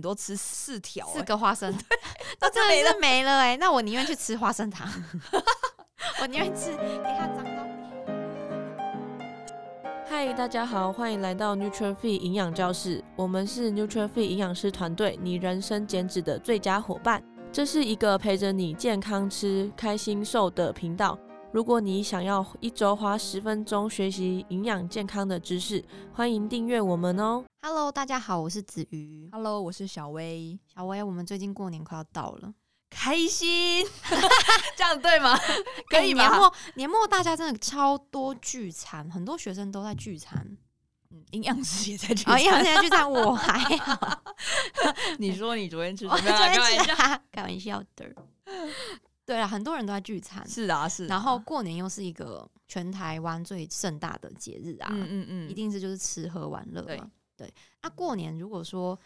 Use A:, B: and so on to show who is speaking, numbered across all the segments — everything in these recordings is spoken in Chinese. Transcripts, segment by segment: A: 多吃四条、
B: 四
A: 欸，
B: 个花生， 那
A: 那
B: 真
A: 就没
B: 的是没了哎、那我宁愿去吃花生糖， 我宁愿吃给它脏到底。
C: 嗨，大家好，欢迎来到 Nutrify 营养教室。我们是 Nutrify 营养师团队，你人生减脂的最佳伙伴。这是一个陪着你健康吃、开心瘦的频道。如果你想要一周花十分钟学习营养健康的知识，欢迎订阅我们哦。
B: Hello，大家好，我是子瑜。
A: Hello，我是小薇，
B: 小薇，我们最近过年快要到了，
A: 开心， 这样对 吗？哦可以
B: 哎
A: 吧
B: 年？末年末大家真的超多聚餐，很多学生都在聚餐。
A: 嗯营养师也在聚
B: 哦，
A: 餐。
B: 因为现在聚餐我还好，
A: 你说你昨天吃什
B: 我
A: 么？
B: 昨
A: 没有啦开
B: 天
A: 玩
B: 吃
A: 笑
B: 啊，开玩笑 的。对了，啊很多人都在聚餐，
A: 是啊，是啊。
B: 然后过年又是一个全台湾最盛大的节日啊，
A: 嗯嗯嗯，
B: 一定是就是吃喝玩乐
A: 对
B: 嘛。对，那、过年如果说，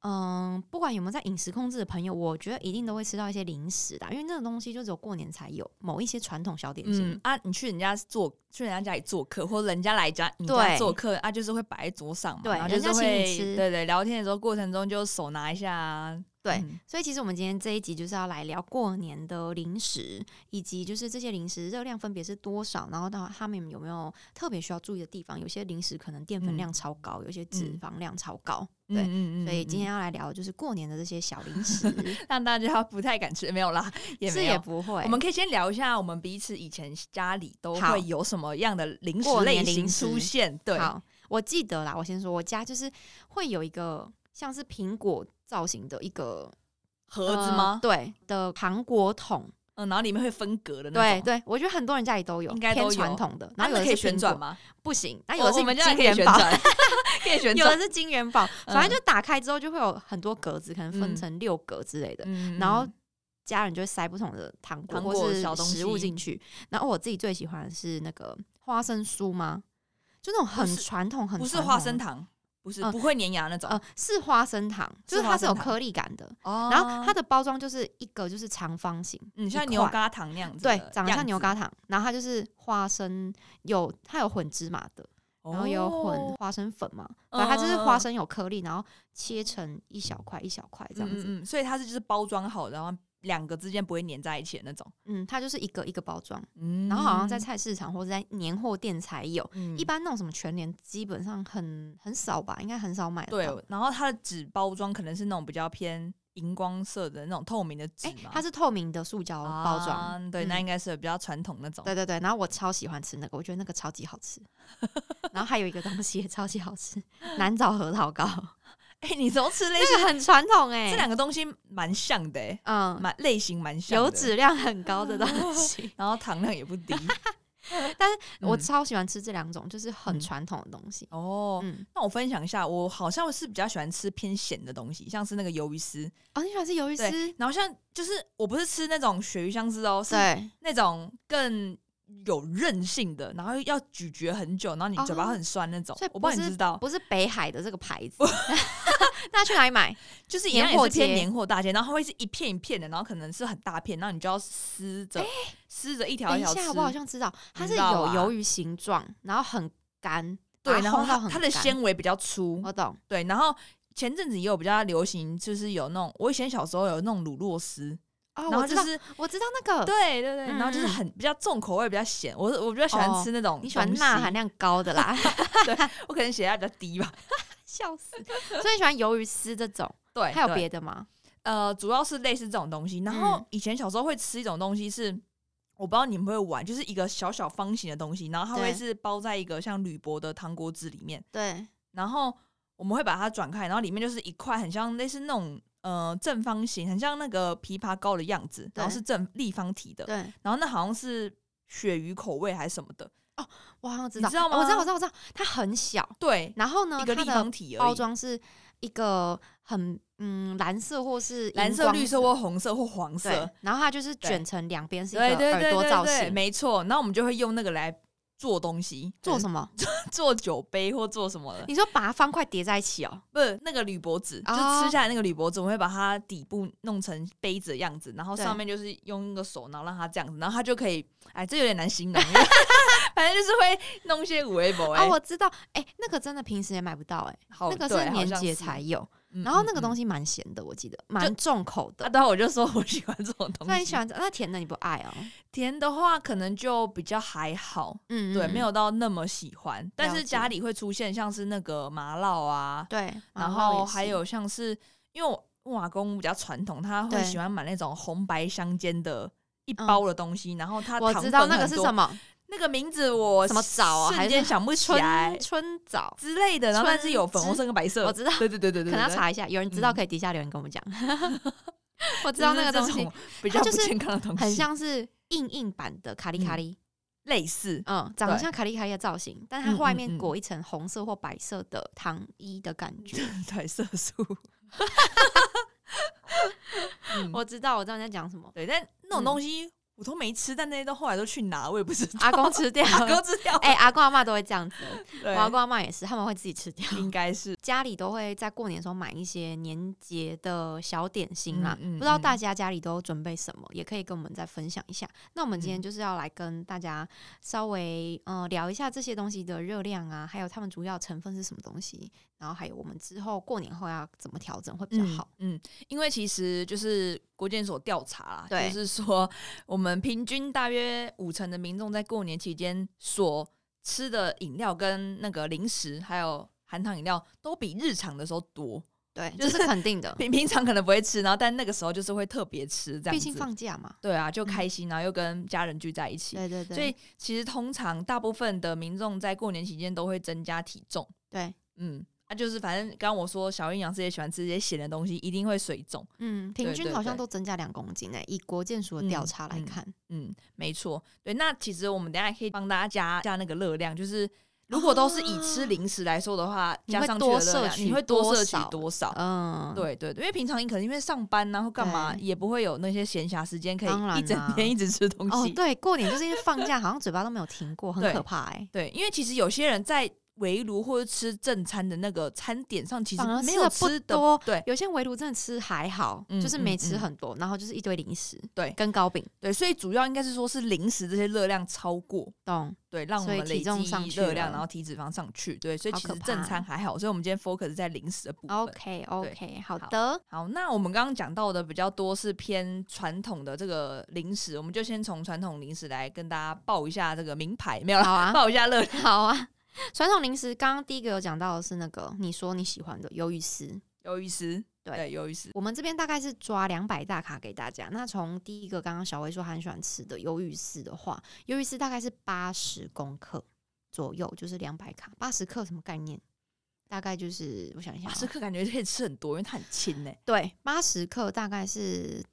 B: 嗯，不管有没有在饮食控制的朋友，我觉得一定都会吃到一些零食的，因为那种东西就只有过年才有，某一些传统小点心。
A: 嗯啊，你去人家做，去人家家里做客，或者人家来家你家
B: 对
A: 做客啊，就是会摆在桌上嘛，
B: 对
A: 然后就
B: 人
A: 是
B: 家请
A: 会
B: 你吃
A: 对对，聊天的时候过程中就手拿一下啊，
B: 对
A: 嗯
B: 所以其实我们今天这一集就是要来聊过年的零食，以及就是这些零食热量分别是多少，然后到他们有没有特别需要注意的地方。有些零食可能淀粉
A: 嗯
B: 量超高，有些脂
A: 嗯
B: 肪量超高，
A: 嗯
B: 对
A: 嗯
B: 所以今天
A: 嗯
B: 要来聊就是过年的这些小零食，
A: 让大家不太敢吃，没有啦，也
B: 是
A: 没
B: 也
A: 有。
B: 不会。
A: 我们可以先聊一下，我们彼此以前家里都
B: 好
A: 会有什么样的零食
B: 过
A: 类
B: 年
A: 型
B: 零食
A: 出现？对，
B: 好，我记得啦，我先说，我家就是会有一个像是苹果造型的一个
A: 盒子
B: 呃
A: 吗？
B: 对的糖果桶，
A: 嗯，然后里面会分隔的那
B: 对
A: 种，
B: 对，我觉得很多人家里都有，
A: 应该都
B: 偏
A: 有
B: 传统的，然
A: 然后
B: 后有的
A: 可以
B: 是
A: 旋
B: 苹
A: 转
B: 果？
A: 吗？
B: 不行，那有
A: 我
B: 的是
A: 我们家
B: 金
A: 可以
B: 元
A: 旋
B: 宝，
A: 转， 可以旋
B: 有的
A: 转，
B: 是金元 宝，反正就打开之后就会有很多格子，可能
A: 嗯
B: 分成六格之类的，
A: 嗯
B: 然后。家人就会塞不同的糖果
A: 糖
B: 或
A: 果
B: 是
A: 小东
B: 食物
A: 西
B: 进去，然后我自己最喜欢的是那个花生酥吗？就那种很
A: 是
B: 传统、很
A: 不是
B: 传
A: 花
B: 统
A: 生
B: 的
A: 糖，不是
B: 嗯
A: 不会粘牙那种。
B: 呃，是花生糖，就是是它
A: 花
B: 是有
A: 生糖
B: 颗粒感的，
A: 哦
B: 然后它的包装就是一个就是长方形，
A: 嗯，
B: 一
A: 像牛
B: 块
A: 轧糖那样子的
B: 对
A: 样子，，
B: 长得像牛轧糖，然后它就是花生有它有混芝麻的，
A: 哦，
B: 然后也有混花生粉嘛，反正它就是
A: 嗯嗯
B: 花
A: 嗯
B: 生有颗粒，然后切成一小块一小块这样子，
A: 嗯嗯嗯，所以它是就是包装好，然后两个之间不会粘在一起的那种。
B: 嗯，它就是一个一个包装，
A: 嗯
B: 然后好像在菜市场或者在年货店才有。
A: 嗯
B: 一般那种什么全年基本上很很少吧，应该很少买得
A: 对
B: 到。，
A: 然后它的纸包装可能是那种比较偏荧光色的那种透明的纸
B: 哎、
A: 嘛，
B: 它
A: 是啊
B: 是透明的塑胶包装、
A: 对，那
B: 嗯
A: 应该是比较传统那种。
B: 对对对，然后我超喜欢吃那个，我觉得那个超级好 吃。然后还有一个东西也超级好吃， 南枣核桃 糕，
A: 哎，你怎么吃类似？
B: 那个很传统哎、
A: 这两个东西蛮像的，哎，
B: 嗯，
A: 蛮类型蛮像的，，
B: 油脂量很高的东西
A: 然后糖量也不低
B: 但是 我
A: 嗯
B: 超喜欢吃这两种，就是
A: 嗯
B: 很传统的东西。
A: 哦。
B: 嗯，
A: 那我分享一下，我好像是比较喜欢吃偏咸的东西，像是那个鱿鱼丝，
B: 哦，你喜欢吃鱿鱼
A: 对
B: 丝？
A: 然后像就是我不是吃那种鳕鱼香丝哦，是
B: 对，
A: 那种更有韧性的，然后要咀嚼很久，然后你嘴巴
B: 哦
A: 很酸那种。
B: 所以
A: 我不知道
B: 不
A: 你
B: 是
A: 知道，
B: 不是北海的这个牌
A: 哦
B: 子， 那去哪里 买？
A: 就是一样
B: 年
A: 也
B: 货
A: 是偏
B: 街
A: 年货大街，然后它会是一片一片的，然后可能是很大片，然后你就要撕着、撕着一条
B: 哎等
A: 一
B: 一
A: 条
B: 下，我好
A: 吃。
B: 像知道，它
A: 你
B: 是
A: 知
B: 有
A: 道吧
B: 鱿鱼形状，然后很干，
A: 对，
B: 把
A: 然后
B: 烘到
A: 它
B: 啊很
A: 它的
B: 干哦
A: 纤维比较粗，
B: 我懂，
A: 对，然后。前阵子也有比较流行，就是有那种我以前小时候有那种乳酪丝，
B: 哦，
A: 然
B: 我
A: 后
B: 知
A: 就
B: 道，
A: 是
B: 我知道那个，
A: 对对对，然后就是
B: 嗯嗯
A: 很比较重口味，比较咸。我我比较喜欢
B: 哦
A: 吃那种东西，
B: 你喜欢 钠含量高的啦，
A: 我可能血压比较低吧。
B: 笑死！ 所以你喜欢鱿鱼丝这种，
A: 对，
B: 还有
A: 对
B: 别的吗？
A: 呃，主要是类似这种东西。然后
B: 嗯
A: 以前小时候会吃一种东西是。我不知道你们会玩，就是一个小小方形的东西，然后它会
B: 对
A: 是包在一个像铝箔的糖果纸里面，
B: 对，
A: 然后我们会把它转开，然后里面就是一块很像类似那种呃正方形，很像那个枇杷膏的样子，然后
B: 对
A: 是正立方体的，
B: 对，
A: 然后那好像是鳕鱼口味还是什么的，
B: 我好像知
A: 你
B: 道，
A: 知道
B: 哦我知道，
A: 吗
B: 我知道，我知道，它很小，
A: 对，
B: 然后呢，
A: 一个
B: 嗯它
A: 立
B: 的
A: 方体而已，
B: 包装是一个很嗯蓝色或是
A: 蓝
B: 荧
A: 色、
B: 光
A: 绿色或红色或黄色，
B: 对，然后它就是
A: 对
B: 卷成两边是一
A: 对
B: 个
A: 对
B: 耳
A: 对
B: 朵
A: 对
B: 造
A: 对，
B: 型，
A: 没错。然后我们就会用那个来做东西，
B: 做
A: 么？
B: 什么？
A: 做酒杯或做什么的，
B: 你说把它方块叠在一起哦，
A: 不是那个铝箔纸，就是
B: 哦
A: 吃下来那个铝箔纸，我们会把它底部弄成杯子的样子，然后
B: 对
A: 上面就是用一个手，然后让它这样子，然后它就可以，哎，这有点难形容，因为 反正就是会弄一些五微博，
B: 啊，
A: 哎，
B: 我知道，哎，那个真的平时也买不到，哎，
A: 好，
B: 那个
A: 哦对
B: 是年节，
A: 好
B: 才
A: 像是
B: 有，
A: 嗯
B: 然后那个东
A: 西，
B: 西蛮咸的，我记得蛮重口
A: 啊，
B: 的。
A: 待会我就说我喜欢这种东西。
B: 那你喜欢那甜的你不爱哦？
A: 甜的话，可能就比较还好，
B: 嗯，
A: 对，
B: 嗯
A: 没有到那么喜欢。但
B: 了
A: 是
B: 解
A: 家里会出现像是那个麻辣啊，
B: 对，
A: 然
B: 麻辣哦也
A: 后
B: 是
A: 还有像是因为我我阿公比较传统，他会
B: 对
A: 喜欢买那种红白相间的一
B: 嗯
A: 包的东西，然后他
B: 我
A: 糖
B: 知道
A: 分
B: 那个
A: 很
B: 是
A: 多
B: 什，么
A: 那个名字我
B: 什么枣啊，还
A: 瞬
B: 是
A: 间想不起来
B: 春春枣？
A: 之类的。然后
B: 春
A: 但是有粉红
B: 汁
A: 色跟白色，
B: 我知道
A: 对对对对对，
B: 可能要
A: 对
B: 查一下，有人知道可以底下留言跟我们讲。嗯 我知道那个东西，
A: 比
B: 它
A: 较不
B: 就是
A: 健康的东西，
B: 很像是硬硬版的卡里卡
A: 嗯
B: 里，
A: 类 似，
B: 嗯，长得
A: 对
B: 像卡里卡里的造型，但它
A: 嗯
B: 外
A: 嗯
B: 面
A: 嗯
B: 裹一层红色或白色的糖衣的感觉。
A: 对色素。嗯
B: 我知道，我知道你在讲什么。
A: 对，但那
B: 嗯
A: 种东西我都没吃，但那些都后来都去哪，我也不知道。
B: 阿公吃掉，
A: 阿公知道，
B: 哎、阿公阿妈都会这样子，我
A: 对，
B: 阿公阿妈也是，他们会自己吃掉。
A: 应该是
B: 家里都会在过年的时候买一些年节的小点心啦，
A: 嗯嗯
B: 不知道
A: 嗯
B: 大家家里都准备什么，也可以跟我们再分享一下。那我们今天
A: 嗯
B: 就是要来跟大家稍微呃聊一下这些东西的热量啊，还有它们主要成分是什么东西，然后还有我们之后过年后要怎么调整会比较好。。
A: 嗯，因为其实就是国健所调查啦，
B: 对
A: 就是说我们平均大约五成的民众在过年期间所吃的饮料跟那个零食，还有含糖饮料，都比日常的时候多。
B: 对，
A: 就
B: 这是
A: 是
B: 肯定的，
A: 平平常可能不会吃，然后但那个时候就是会特别吃，这样
B: 毕
A: 子。
B: 竟放假嘛。
A: 对啊，就开心，然后又跟家人聚在一起。
B: 对对对，
A: 所以其实通常大部分的民众在过年期间都会增加体重，
B: 对，
A: 嗯，啊，就是反正刚刚我说小阴阳师也喜欢吃这些咸的东西，一定会水肿，
B: 嗯，平
A: 对
B: 均
A: 对
B: 好像
A: 对
B: 都增加两公斤诶、以国健署的调
A: 嗯
B: 查来
A: 嗯
B: 看。
A: 嗯，没错，对。那其实我们等一下也可以帮大家加一下那个热量，就是如果都是以吃零食来说的话，
B: 啊你
A: 加
B: 会
A: 上去
B: 多
A: 的热
B: 摄
A: 量，
B: 取
A: 你会多
B: 多
A: 摄取
B: 少
A: 多少？
B: 嗯，
A: 对对对，因为平常你可能因为上班然后干嘛，
B: 对
A: 也不会有那些闲暇时间可
B: 当然
A: 以一整
B: 啦
A: 天一直吃东
B: 哦
A: 西，。
B: 对，过年就是因为放假，好像嘴巴都没有停过，很
A: 对
B: 可怕哎、
A: 对，因为其实有些人在围炉或者吃正餐的那个餐点上，其实
B: 反而
A: 没
B: 吃
A: 有
B: 得不
A: 吃的
B: 多
A: 对
B: 有些围炉真的吃还好，
A: 嗯
B: 就是没
A: 嗯
B: 吃
A: 嗯
B: 很多，然后就是一堆零食，
A: 对
B: 跟糕饼，
A: 对，所以主要应该是说是零食这些热量超过，
B: 懂？
A: 对，让我
B: 所以
A: 们累
B: 体重上
A: 积
B: 去
A: 热量，
B: 了
A: 然后体脂肪上去。对，所以
B: 好
A: 其
B: 可
A: 实正
B: 怕
A: 餐还好，所以我们今天 focus 在零食的部分。
B: OK OK，好
A: 好
B: 的，
A: 好，那我们刚刚讲到的比较多是偏传统的这个零食，我们就先从传统零食来跟大家报一下这个名牌，没有啦，
B: 好 啊，
A: 报一下热量。
B: 好啊。传统零食，刚刚第一个有讲到的是那个你说你喜欢的鱿鱼丝，
A: 鱿鱼丝， 对，
B: 对
A: 鱿鱼丝，
B: 我们这边大概是抓两百大卡给大家。那从第一个刚刚小薇说她很喜欢吃的鱿鱼丝的话，鱿鱼丝大概是八十公克左右，就是两百卡。八十克什么概念？大概就是我想一下
A: 哇
B: 哦，，
A: 这个感觉可以吃很多，因为它很轻呢。
B: 对，八十克大概是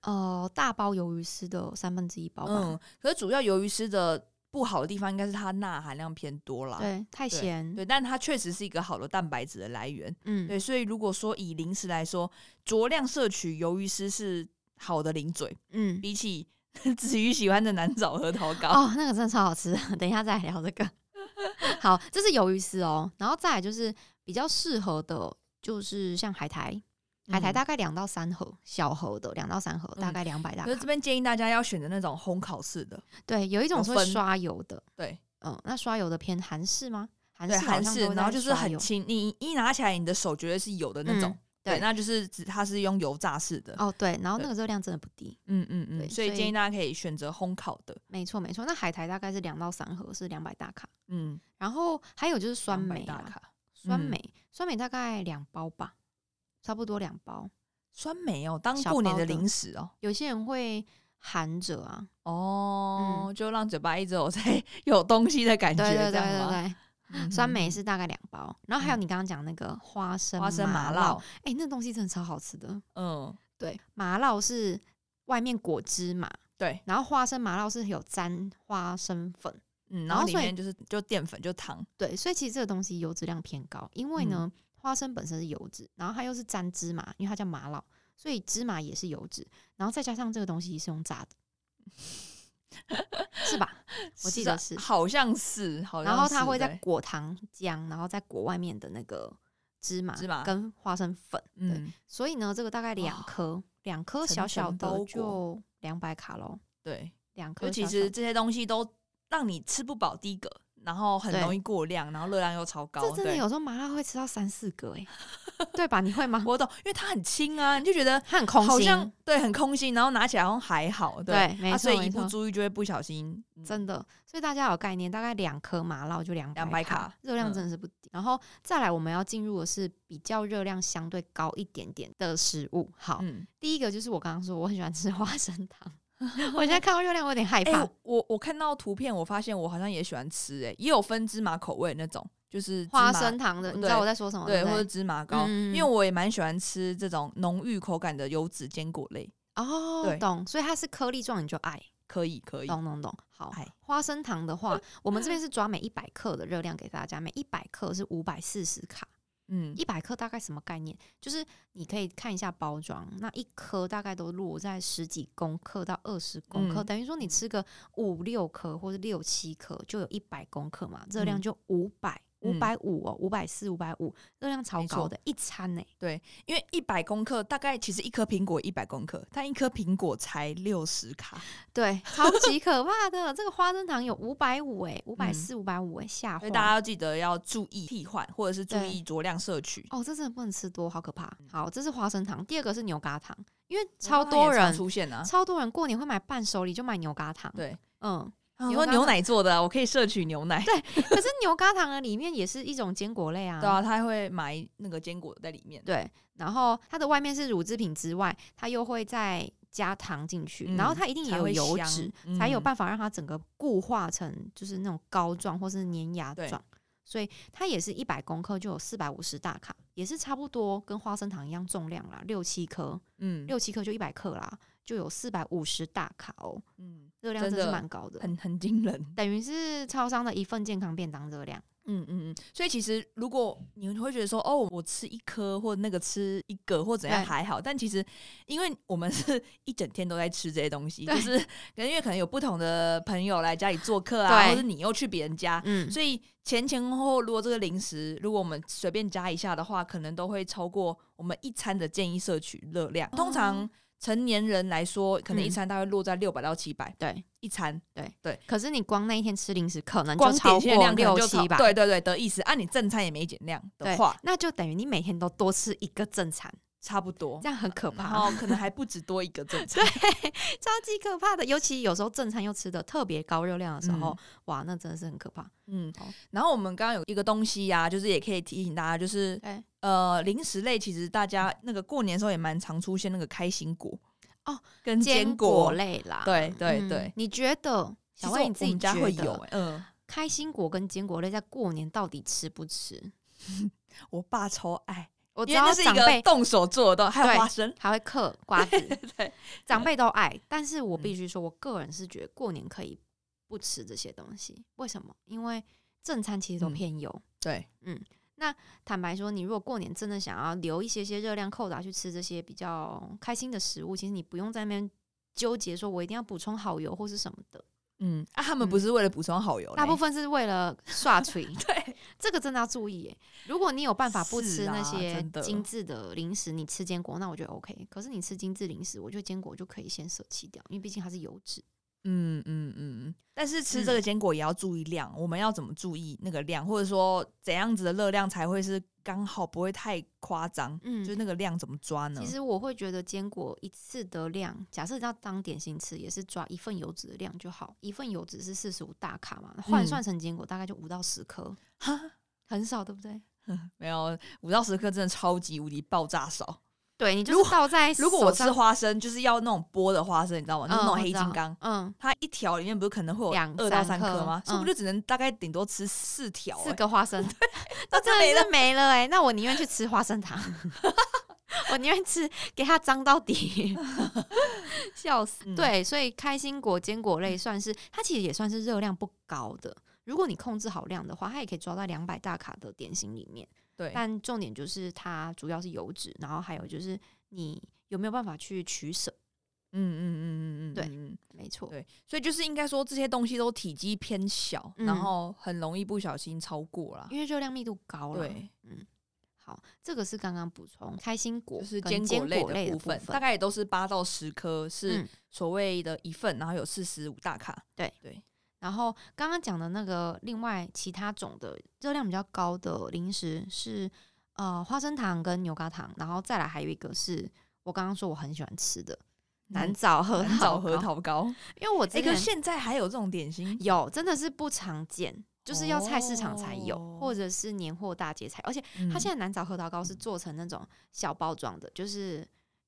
B: 呃大包鱿鱼丝的三分之一包吧。
A: 嗯，可是主要鱿鱼丝的不好的地方应该是它钠含量偏多啦。
B: 对，太咸。
A: 对，但它确实是一个好的蛋白质的来源。
B: 嗯，
A: 对，所以如果说以零食来说，酌量摄取鱿鱼丝是好的零嘴，
B: 嗯。
A: 比起 子瑜喜欢的南枣核桃糕。
B: 哦，那个真的超好吃的，等一下再聊这 个。好，这是鱿鱼丝哦，然后再来就是比较适合的，就是像海苔，海苔
A: 嗯
B: 大概两到三盒，小盒的两到三盒，大
A: 嗯
B: 概两百大
A: 可是这
B: 卡。
A: 边建议大家要选择那种烘烤式的，
B: 对，有一种
A: 有
B: 是
A: 分
B: 刷油的，
A: 对
B: 嗯，那刷油的偏韩式吗？韩
A: 对，
B: 式好
A: 韩
B: 像
A: 式
B: 都，会
A: 然后
B: 在
A: 就是
B: 刷
A: 很
B: 油
A: 轻，你一拿起来你的手绝对是有的那种
B: 嗯。对
A: 那就是指它是用油炸式的。
B: 哦，对，然后那
A: 对
B: 个热量真的不低，
A: 嗯嗯
B: 对
A: 嗯，所
B: 所
A: 以
B: 以
A: 建议大家可以选择烘烤的。
B: 没错没错。那海苔大概是两到三盒，是两百大卡。
A: 嗯，
B: 然后还有就是酸
A: 200
B: 梅
A: 大
B: 啦，
A: 卡。
B: 酸
A: 嗯
B: 梅、酸梅大概两包吧，差不多两包。
A: 酸梅哦，当
B: 小
A: 过年
B: 包
A: 的
B: 的
A: 零食哦。
B: 有些人会含着啊，
A: 哦，就让嘴巴一直有在 有东西的感觉，
B: 对嗯对对
A: 这样
B: 对
A: 吗？
B: 对，
A: 嗯
B: 酸
A: 嗯
B: 梅
A: 嗯
B: 是大概两包。然后还有
A: 嗯
B: 你刚刚讲那个花生
A: 花生麻
B: 麻
A: 辣，，
B: 哎、那东西真的超好吃的。
A: 嗯，
B: 对，麻辣是外面裹芝麻，
A: 对，
B: 然后花生麻辣是有沾花生粉。
A: 嗯，然
B: 然
A: 后
B: 后
A: 里
B: 所以
A: 面就是就淀粉就糖，
B: 对，所以其实这个东西油脂量偏高，因
A: 嗯
B: 为呢，花生本身是油脂，然后它又是沾芝麻，因为它叫麻辣，所以芝麻也是油脂，然后再加上这个东西是用炸的，是吧？我记得是
A: 好像是，好像
B: 然
A: 是，
B: 后它会再
A: 对
B: 裹糖浆，然后再裹外面的那个芝麻、
A: 芝麻
B: 跟花生粉，
A: 嗯，
B: 所以呢，这个大概两
A: 哦
B: 颗，两、颗
A: 层
B: 小小
A: 层包
B: 的
A: 裹
B: 就两百卡喽，
A: 对，
B: 两
A: 可
B: 颗小
A: 其
B: 小
A: 实
B: 的
A: 这些东西都让你吃不饱，第一个，然后很
B: 对
A: 容易过量，然后热量又超高，
B: 这真的
A: 对
B: 有时候麻辣会吃到三四个哎、对吧？你会吗？
A: 我懂，因为它很轻啊，你就觉得
B: 它很空
A: 好
B: 心，
A: 像对很空心，然后拿起来好像还好，
B: 对，没
A: 啊，
B: 错，
A: 所以
B: 没
A: 一不
B: 错
A: 注意就会不小心，嗯
B: 真的，所以大家有概念，大概两颗麻辣就两
A: 200卡
B: 卡，热
A: 嗯
B: 量真的是不低。然后再来，我们要进入的是比较热量相对高一点点的食物。好，
A: 嗯，
B: 第一个就是我刚刚说我很喜欢吃 花生糖，我现在看到热量我有点害
A: 哎、
B: 怕。
A: 我我我看到图片，我发现我好像也喜欢吃、哎，也有分芝麻口味那种，就是芝
B: 花
A: 麻哦
B: 生糖的，你知
A: 对
B: 道我在说什么？
A: 对，
B: 不
A: 或者芝麻糕，
B: 嗯嗯嗯
A: 因为我也蛮喜欢吃这种浓郁口感的油脂坚果类，
B: 哦
A: 对，
B: 懂，所以它是颗粒状，你就爱，
A: 可以可以，
B: 懂懂懂。好
A: 哎，
B: 花生糖 的话，我们这边是抓每一百克的热量给大家，每一百克是五百四十卡。
A: 嗯
B: 一百克大概什么概念？就是你可以看一下包装，那一颗大概都落在十几公克到二十公克，
A: 嗯
B: 等于说你吃个五六颗或者六七颗，就有一百公克嘛，热量
A: 嗯
B: 就五百、
A: 嗯
B: 五百五哦，五百四、五百五，热量超
A: 没错
B: 高的，一餐呢、
A: 因为一百公克大概其实一颗苹果一百公克，但一颗苹果才六十卡，
B: 对， 超级可怕的。这个花生糖有五百五哎，五百四、五百五哎，吓
A: 嗯所以大家
B: 坏！
A: 要记得要注意替换，或者是注意酌量摄取。
B: 哦，这真的不能吃多，好可怕。
A: 嗯
B: 好，这是花生糖，第二个是牛轧糖，因为
A: 我
B: 超
A: 妈
B: 多
A: 也常
B: 人，
A: 出现啊，
B: 超多人过年会买伴手礼，就买牛轧糖。
A: 对，
B: 嗯，
A: 啊
B: 牛
A: 我说
B: 轧
A: 牛
B: 糖
A: 奶做的啊、我可以摄取牛奶，
B: 可是牛轧糖的里面也是一种坚果类啊。
A: 对啊，他还会埋那个坚果在里面，
B: 对然后它的外面是乳制品之外，它又会再加糖进去，
A: 嗯
B: 然后它一定也有油
A: 才会
B: 脂
A: 香，嗯
B: 才有办法让它整个固化成就是那种膏状或是粘牙
A: 对
B: 状。所以它也是一百公克就有四百五十大卡，也是差不多跟花生糖一样重量啦，六七颗，
A: 嗯
B: 六七颗就一百克啦，就有四百五十大卡哦，
A: 嗯，
B: 热量真
A: 真的
B: 是蛮高的，
A: 很很惊人，
B: 等于是超商的一份健康便当热量。
A: 嗯嗯嗯，所以其实如果你会觉得说，哦，我吃一颗或那个吃一个或怎样
B: 对
A: 还好，但其实因为我们是一整天都在吃这些东西，就
B: 对
A: 是可能因为可能有不同的朋友来家里做客啊，
B: 对
A: 或者你又去别人家，
B: 嗯，
A: 啊所以前前后后如果这个零食，如果我们随便加一下的话，可能都会超过我们一餐的建议摄取热量。
B: 哦
A: 通常成年人来说，可能一
B: 嗯
A: 餐大概落在六百到七百
B: 对，
A: 一餐，
B: 可是你光那一天吃零食，可能就
A: 光
B: 超
A: 点心的
B: 过
A: 量可能
B: 六
A: 就超
B: 七吧。
A: 对对对的意思。啊按、你正餐也没减量的
B: 对
A: 话，
B: 那就等于你每天都多吃一个正餐，
A: 差不多
B: 这。样很可
A: 然
B: 怕，
A: 后可能还不止多一个正餐，
B: 超级可怕的。尤其有时候正餐又吃的特别高热量的时候，
A: 嗯
B: 哇，那真的是很可怕。
A: 嗯
B: 好。
A: 然后我们刚刚有一个东西呀、就是也可以提醒大家，就是
B: 对，
A: 呃，零食类其实大家那个过年的时候也蛮常出现那个开心果
B: 哦，
A: 跟
B: 坚
A: 果
B: 果，类啦，
A: 对对
B: 嗯
A: 对
B: 你觉得
A: 其
B: 小
A: 实
B: 魏
A: 我
B: 你自
A: 我
B: 己
A: 们家
B: 觉
A: 会
B: 得
A: 有、欸，嗯，
B: 开心果跟坚果类在过年到底吃不吃？
A: 我爸超爱，
B: 我知
A: 因为
B: 道
A: 那是一
B: 长
A: 个
B: 辈
A: 动手做的东西，还有
B: 对
A: 花生，
B: 还会嗑瓜子，
A: 对，
B: 长辈都爱，但是我必
A: 嗯
B: 须说，我个人是觉得过年可以不吃这些东西。为什么？因为正餐其实都
A: 嗯
B: 偏油。
A: 对，
B: 坦白说，你如果过年真的想要留一些些热量扣打去吃这些比较开心的食物，其实你不用在那边纠结说我一定要补充好油或是什么的，
A: 嗯，啊，他们不是为了补充好油，
B: 大部。分是为了刷嘴。
A: 对，
B: 这个真的要注意耶。如果你有办法不
A: 是
B: 吃
A: 啊
B: 那些
A: 真的
B: 精致的零食，你吃坚果，那我觉得 OK。可是你吃精致零食，我觉得坚果就可以先舍弃掉，因为毕竟它是油脂。
A: 嗯嗯嗯嗯，但是吃这个坚果也要注意量，我们要怎么注意那个量，或者说怎样子的热量才会是刚好，不会太夸张，
B: 嗯
A: 就是那个量怎么抓呢
B: 其？实我会觉得坚果一次的量，假设要当点心吃，也是抓一份油脂的量就好。一份油脂是四十五大卡嘛，换算成坚果大概就五到十颗，
A: 哈，
B: 很少，对不对？
A: 没有五到十克真的超级无敌爆炸少。
B: 对你
A: 如
B: 就是倒在
A: 如果我
B: 哎手
A: 吃
B: 上，
A: 花生，就是要那种剥的花生，你知道吗？就是那
B: 嗯
A: 种
B: 我
A: 黑
B: 知道
A: 金刚，
B: 嗯，
A: 它一条里面不是可能会有
B: 两
A: 二到
B: 三
A: 颗
B: 颗
A: 吗？所以我
B: 嗯
A: 就只能大概顶多吃四条、
B: 四
A: 欸，
B: 个 花 生，
A: 那
B: 那
A: 真没
B: 真
A: 了
B: 的是没了哎、那我宁愿去吃花生糖， 我宁愿吃给它脏到底， 笑死。
A: 嗯
B: 对，所以开心果、坚果类算是它其实也算是热量不高的。如果你控制好量的话，它也可以抓到两百大卡的点心里面。
A: 对，
B: 但重点就是它主要是油脂，然后还有就是你有没有办法去取舍。
A: 嗯嗯嗯嗯嗯，
B: 对
A: 嗯
B: 没错，
A: 对，所以就是应该说这些东西都体积偏小，
B: 嗯
A: 然后很容易不小心超过啦。
B: 因为热量密度高了。
A: 对，
B: 好，这个是刚刚补充开心果
A: 就是
B: 跟
A: 坚
B: 坚
A: 类
B: 类
A: 部
B: 部分
A: 分，，大概也都是八到十颗，是
B: 嗯
A: 所谓的一份，然后有四十五大卡。
B: 对
A: 对，
B: 然后刚刚讲的那个另外其他种的热量比较高的零食是呃花生糖跟牛轧糖，然后再来还有一个是我刚刚说我很喜欢吃的南枣核
A: 很早
B: 桃
A: 嗯核
B: 糕，
A: 桃糕，
B: 因为我
A: 哎、
B: 这
A: 可
B: 个
A: 是现在还有这种点心，
B: 有真的是不常见，就是要菜市场才有，
A: 哦嗯
B: 或者是年货大街才有，而且它现在南枣核桃糕是做成那种小包装的，就是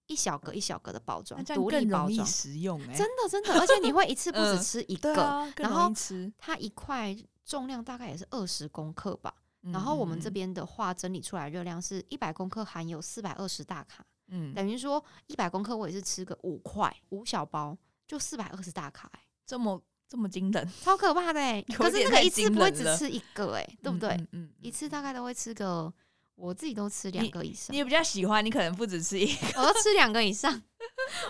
B: 一小格一小格的包
A: 那
B: 装，
A: 这样
B: 独
A: 更
B: 立包
A: 容易
B: 装，
A: 食用哎、
B: 真的真的，而且你会一次不止
A: 嗯
B: 吃一
A: 对
B: 个，
A: 啊，更
B: 然
A: 容
B: 后
A: 易吃。
B: 它一块重量大概也是二十公克吧。然后我们这
A: 嗯，
B: 边的话，整理出来热量是一百公克含有四百二十大卡，
A: 嗯，嗯
B: 等于说一百公克我也是吃个五块五小包，就四百二十大卡、欸，
A: 这么这么惊人，
B: 超可怕的、欸。
A: 有
B: 可是
A: 点
B: 那
A: 太
B: 个一次
A: 惊
B: 不会
A: 人
B: 只
A: 了
B: 吃一个、欸，哎，对不
A: 嗯
B: 对？
A: 嗯嗯，
B: 一次大概都会吃个，我自己都吃两个以上
A: 你，比较喜欢，你可能不止吃一
B: 我都吃两个以上。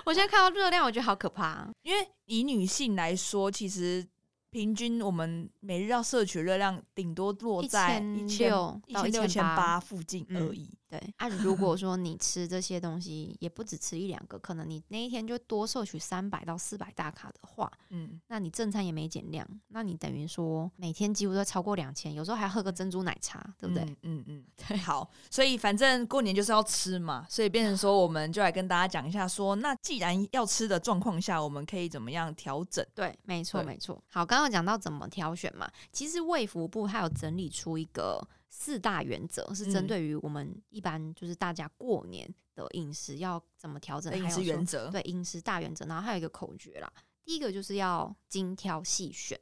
B: 我现在看到热量，我觉得好可怕、啊
A: 因为以女性来说，其实平均我们每日要摄取热量顶多落
B: 一
A: 在
B: 千
A: 千
B: 六
A: 一
B: 到
A: 千
B: 一
A: 六千
B: 八。嗯
A: 八附近而已。
B: 对，啊，如果说你吃这些东西，也不只吃一两个，可能你那一天就多摄取三百到四百大卡的话，
A: 嗯，
B: 那你正餐也没减量，那你等于说每天几乎都超过两千，有时候还喝个珍珠奶茶，对不 对？？
A: 嗯嗯，对。好，所以反正过年就是要吃嘛，所以变成说，我们就来跟大家讲一下说那既然要吃的状况下，我们可以怎么样调整？
B: 对，没错，
A: 对
B: 没错。好，刚刚有讲到怎么挑选嘛，其实卫福部它有整理出一个四大原则，是针
A: 嗯
B: 对于我们一般就是大家过年的饮食要怎么调整，还
A: 饮
B: 有
A: 食
B: 说
A: 原则，
B: 对饮食大原则，然后还有一个口诀啦。第一个就是要精挑细选，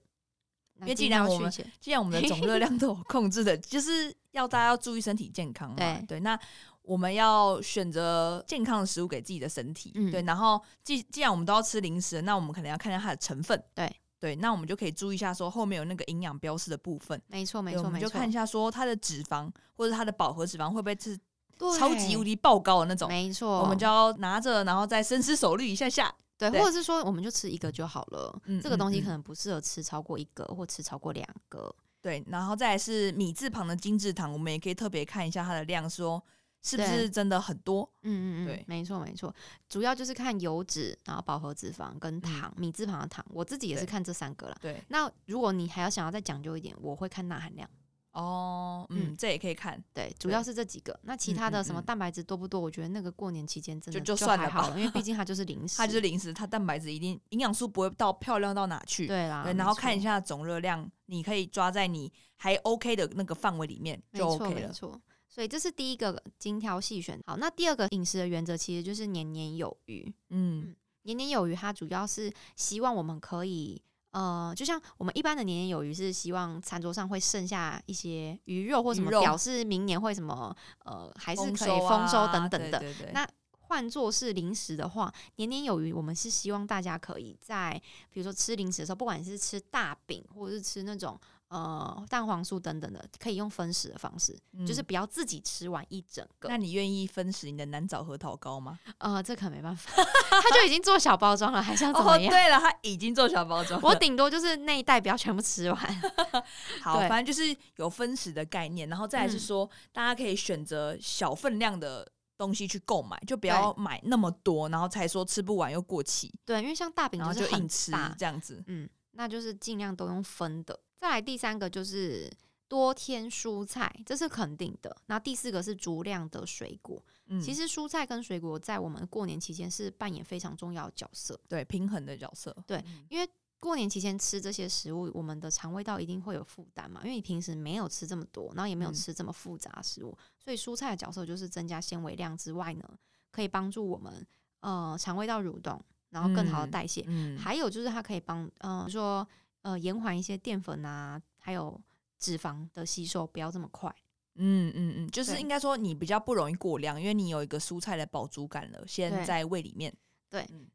B: 因
A: 因为既然我们既然我们的总热量都有控制 的，就是要大家要注意身体健康嘛。
B: 对
A: 那我们要选择健康的食物给自己的身体。
B: 嗯
A: 对，然后既既然我们都要吃零食，那我们可能要看一下它的成分。
B: 对
A: 对，那我们就可以注意一下说后面有那个营养标示的部分。
B: 没错没
A: 对
B: 错
A: 我们
B: 没
A: 就
B: 错，
A: 看一下说它的脂肪或者它的饱和脂肪会不会是
B: 对
A: 超级无敌爆高的那种。
B: 没错，
A: 我们就要拿着，然后再深思熟虑一下下。
B: 对，
A: 对
B: 或者是说我们就吃一个就好了。
A: 嗯
B: 这个东
A: 嗯
B: 西
A: 嗯
B: 可能不适合吃超过一个，或吃超过两个。
A: 对，然后再来是米字旁的精制糖，我们也可以特别看一下它的量，说是不是
B: 对
A: 真的很多。
B: 嗯嗯
A: 对
B: 嗯，没错没错，主要就是看油脂，然后饱和脂肪跟糖，米字旁的糖，我自己也是
A: 嗯对
B: 看这三个啦。
A: 对，
B: 那如果你还要想要再讲究一点，我会看钠含量，
A: 哦，嗯，
B: 嗯
A: 这也可以看，
B: 对，主要是这几个。那其
A: 嗯
B: 他
A: 嗯
B: 的什么
A: 嗯
B: 蛋白质多不多？我觉得那个过年期间真
A: 就
B: 的
A: 就算
B: 还
A: 了吧
B: 好了，因为 毕竟它就是零食，
A: 它就是零食，它蛋白质一定营养素不会到漂亮到哪去。
B: 对啦。
A: 对，
B: 没
A: 然后
B: 错
A: 看一，下总热量，你可以抓在你还 OK 的那个范围里面
B: 没
A: 就
B: 错
A: OK
B: 没
A: 了。嗯
B: 错。所以这是第一个精挑细选。好，那第二个饮食的原则其实就是年年有余。
A: 嗯
B: 年年有余，它主要是希望我们可以，呃，就像我们一般的年年有余是希望餐桌上会剩下一些鱼肉或什么
A: 鱼，肉
B: 表示明年会什么，呃，还是可以
A: 啊
B: 丰收等等的。
A: 对对对
B: 那换作是零食的话，年年有余，我们是希望大家可以在比如说吃零食的时候，不管你是吃大饼或者是吃那种呃蛋黄酥等等的，可以用分食的方式，
A: 嗯
B: 就是不要自己吃完一整个。
A: 那你愿意分食你的南枣核桃糕吗？
B: 呃，这可没办法， 他就已经做小包装了，还想怎
A: 哦，
B: 么样？
A: 对了，它已经做小包装了。
B: 我 顶多就是那一袋不要全部吃完。
A: 好，
B: 对
A: 反正就是有分食的概念，然后再来是
B: 嗯
A: 说，大家可以选择小分量的东西去购买，就不要买那么多，然后才说吃不完又过期，
B: 对，因为像大饼
A: 然后
B: 是
A: 就
B: 很
A: 硬吃
B: 大，
A: 这样子。
B: 嗯，那就是尽量都用分的。再来第三个就是多添蔬菜，这是肯定的。那第四个是足量的水果。
A: 嗯，
B: 其实蔬菜跟水果在我们过年期间是扮演非常重要的角色。
A: 对平衡的角色，
B: 对
A: 嗯
B: 过年期间吃这些食物，我们的肠胃道一定会有负担嘛，因为你平时没有吃这么多，然后也没有
A: 嗯
B: 吃这么复杂的食物，所以蔬菜的角色就是增加纤维量之外呢，可以帮助我们呃肠胃道蠕动，然后更好的代谢，
A: 嗯，
B: 还有就是它可以帮呃说呃延缓一些淀粉啊，还有脂肪的吸收不要这么快。
A: 嗯嗯嗯，就是
B: 对
A: 应该说你比较不容易过量，因为你有一个蔬菜的饱足感了，先
B: 对
A: 在胃里面。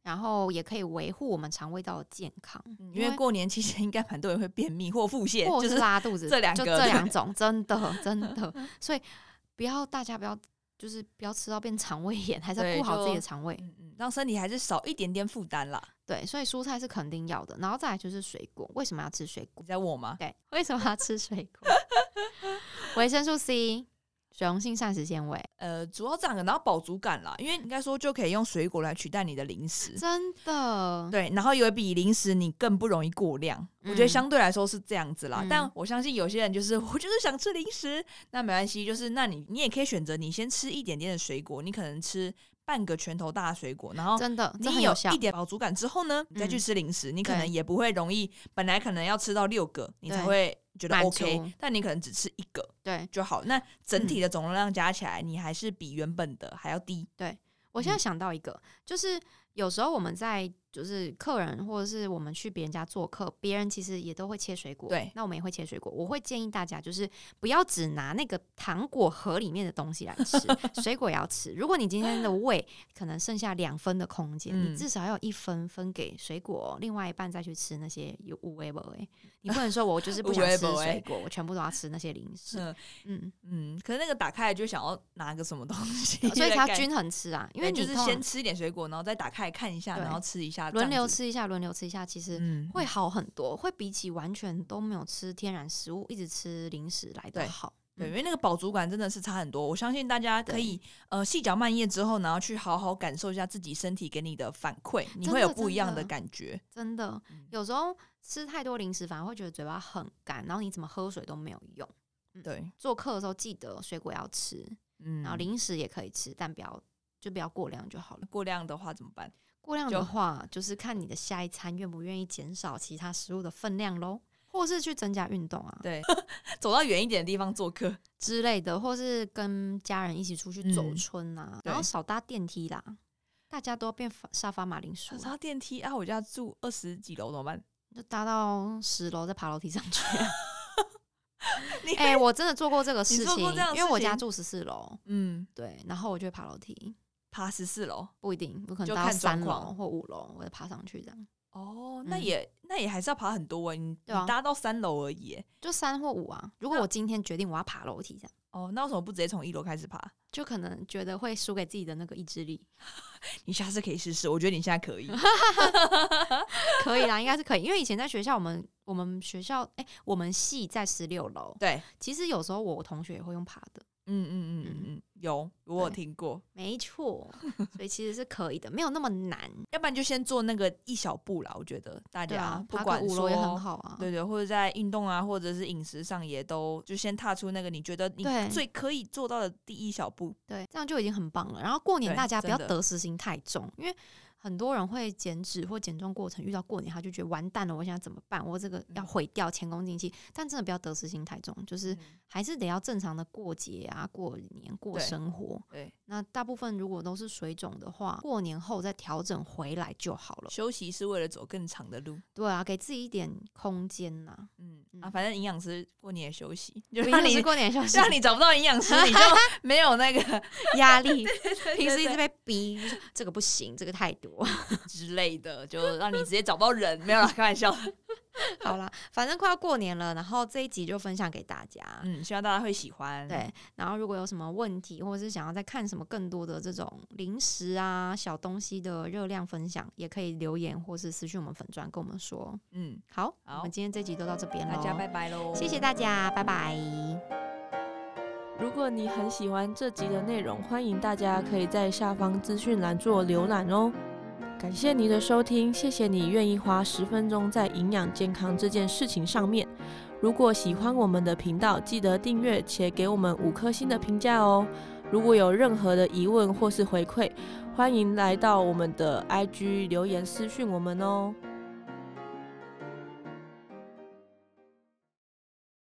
B: 然后也可以维护我们肠胃道的健康，
A: 嗯因为过年期间应该蛮多人会便秘或腹泻，
B: 或
A: 就是是
B: 拉肚子，
A: 这两
B: 就
A: 个
B: 这
A: 对
B: 两种，真的真 的，所以不要大家不要就是不要吃到变肠胃炎，还是
A: 对
B: 要顾好
A: 就
B: 自己的肠胃。
A: 嗯嗯，让身体还是少一点点负担啦。
B: 对，所以蔬菜是肯定要的，然后再来就是水果，为什么 要吃水果
A: 你？在问我吗？
B: 对，为什么要吃水果？维生素 C、水溶性膳食纤维，
A: 呃，主要这两个，然后饱足感啦，因为应该说就可以用水果来取代你的零食，
B: 真的，
A: 对，然后也比零食你更不容易过量。我觉得
B: 嗯
A: 相对来说是这样子啦，
B: 嗯
A: 但我相信有些人就是我就是想吃零食，那没关系，就是那你你也可以选择你先吃一点点的水果，你可能吃半个拳头大的水果，然后
B: 真的，这
A: 哦你
B: 很
A: 有
B: 效
A: 一。点饱足感之后呢，你再去
B: 嗯
A: 吃零食，你可能
B: 对
A: 也不会容易，本来可能要吃到六个，你才
B: 对
A: 会觉得
B: 满
A: OK，
B: 足嗯
A: 但你可能只吃一个
B: 对
A: 就好。那整体的总容量加起来，你还是比原本的还要低。
B: 我
A: 嗯
B: 现在想到一个，就是有时候我们在就是客人或者是我们去别人家做客，别人其实也都会切水果，
A: 对
B: 那我们也会切水果。我会建议大家就是不要只拿那个糖果盒里面的东西来吃，水果也要吃。如果你 今天的胃可能剩下两分的空间，
A: 嗯
B: 你至少要有一分分给水果哦，另外一半再去吃那些有无为不为。你不能说我就是不想
A: 有的
B: 吃
A: 没的
B: 水果，我全部都要吃那些零食。
A: 嗯
B: 嗯，
A: 嗯，可是那个打开来就想要拿个什么东西来盖，
B: 哦所以它均衡吃啊，因为
A: 对就
B: 你
A: 是
B: 通常
A: 先吃一点水果，然后再打开来看一下，
B: 对
A: 然后吃一下，
B: 轮
A: 这样
B: 流
A: 子。
B: 吃一下，轮流吃一下，其实
A: 嗯，
B: 会好很多，会比起完全都没有吃天然食物，一直吃零食来
A: 对
B: 的好。
A: 对，
B: 嗯
A: 因为那个饱足感真的是差很多。我相信大家可以呃细嚼慢咽之后，然后去好好感受一下自己身体给你的反馈，你
B: 真
A: 会
B: 的
A: 有不一
B: 真
A: 样的
B: 的
A: 感觉。
B: 真的
A: 嗯，
B: 有时候吃太多零食反而会觉得嘴巴很干，然后你怎么喝水都没有用。
A: 对，
B: 做客的时候记得水果要吃，
A: 嗯，
B: 嗯然后零食也可以吃，但不要就不要过量就好了。
A: 过量的话怎么办？
B: 过量
A: 就
B: 的话，就是看你的下一餐愿不愿意减少其他食物的分量喽，或是去增加运动啊
A: 对，走到远一点的地方做客。
B: 之类的，或是跟家人一起出去走
A: 嗯
B: 春啊，
A: 对
B: 然后少搭电梯啦。大家都变法沙发马铃薯
A: 可
B: 了
A: 是，他电梯啊，我家住二十几楼怎么办？
B: 就搭到十楼再爬楼梯上去、啊。
A: 你
B: 哎、我真的做过这个事
A: 做
B: 情，
A: 过这样的
B: 因为我
A: 事
B: 家
A: 情
B: 住十四楼，
A: 嗯，
B: 对，然后我就会爬楼梯，
A: 爬十四楼。
B: 不一定，我可
A: 就
B: 能到
A: 看状
B: 三楼
A: 况
B: 或五楼，我就爬上去这样，
A: 哦，那
B: 嗯
A: 也、那也还是要爬很多哎、你你
B: 对啊
A: 搭到三楼而已欸、
B: 就三或五啊。如果我今天决定我要爬楼梯，这样
A: 哦，那为什么不直接从一楼开始爬？
B: 就可能觉得会输给自己的那个意志力。
A: 你下次可以试试，我觉得你现在可以。
B: 可以啦，应该是可以，因为以前在学校，我们我们学校，哎、我们系在十六楼，
A: 对，
B: 其实有时候我同学也会用爬的，
A: 嗯嗯嗯嗯嗯，有，我有
B: 对
A: 听过。
B: 没错，所以其实是可以的，没有那么难。
A: 要不然就先做那个一小步啦，我觉得大
B: 对
A: 家、
B: 啊，
A: 不
B: 爬
A: 管
B: 个五楼也
A: 说
B: 很好啊。
A: 对对，或者在运动啊，或者是饮食上，也都就先踏出那个你觉得你
B: 对
A: 最可以做到的第一小步。
B: 对，这样就已经很棒了。然后过年
A: 对
B: 大家不要
A: 真的
B: 得失心太重，因为很多人会减脂或减重过程遇到过年，他就觉得完蛋了，我现在怎么办？我这个要
A: 嗯
B: 毁掉前功尽弃。但真的不要得失心太重，就是
A: 嗯
B: 还是得要正常的过节啊、过年、过
A: 对
B: 生活。
A: 对，
B: 那大部分如果都是水肿的话，过年后再调整回来就好了。
A: 休息是为了走更长的路。
B: 对啊，给自己一点空间呐、
A: 嗯啊，
B: 嗯
A: 反正营养师过年也休息， 就
B: 不一
A: 让
B: 定
A: 你
B: 是过年休息，
A: 让你找不到营养师， 你就没有那个
B: 压力，平
A: 对
B: 时一
A: 对
B: 直被逼，就是这个不行，这个太多。
A: 之类的，就让你直接找不到人。没有啦，开玩笑。
B: 好啦，反正快要过年了，然后这一集就分享给大家。
A: 嗯，希望大家会喜欢。
B: 对，然后如果有什么问题，或者是想要再看什么更多的这种零食啊、小东西的热量分享，也可以留言或是私讯我们粉专跟我们说。
A: 嗯，
B: 好，
A: 好
B: 我们今天这集就到这边
A: 大
B: 了，
A: 家拜拜喽，
B: 谢谢大家，拜拜。
C: 如果你很喜欢这集的内容，欢迎大家可以在下方资讯栏做浏览哦。感谢你的收听，谢谢你愿意花十分钟在营养健康这件事情上面。如果喜欢我们的频道，记得订阅且给我们五颗星的评价哦。如果有任何的疑问或是回馈，欢迎来到我们的 IG 留言私讯我们哦。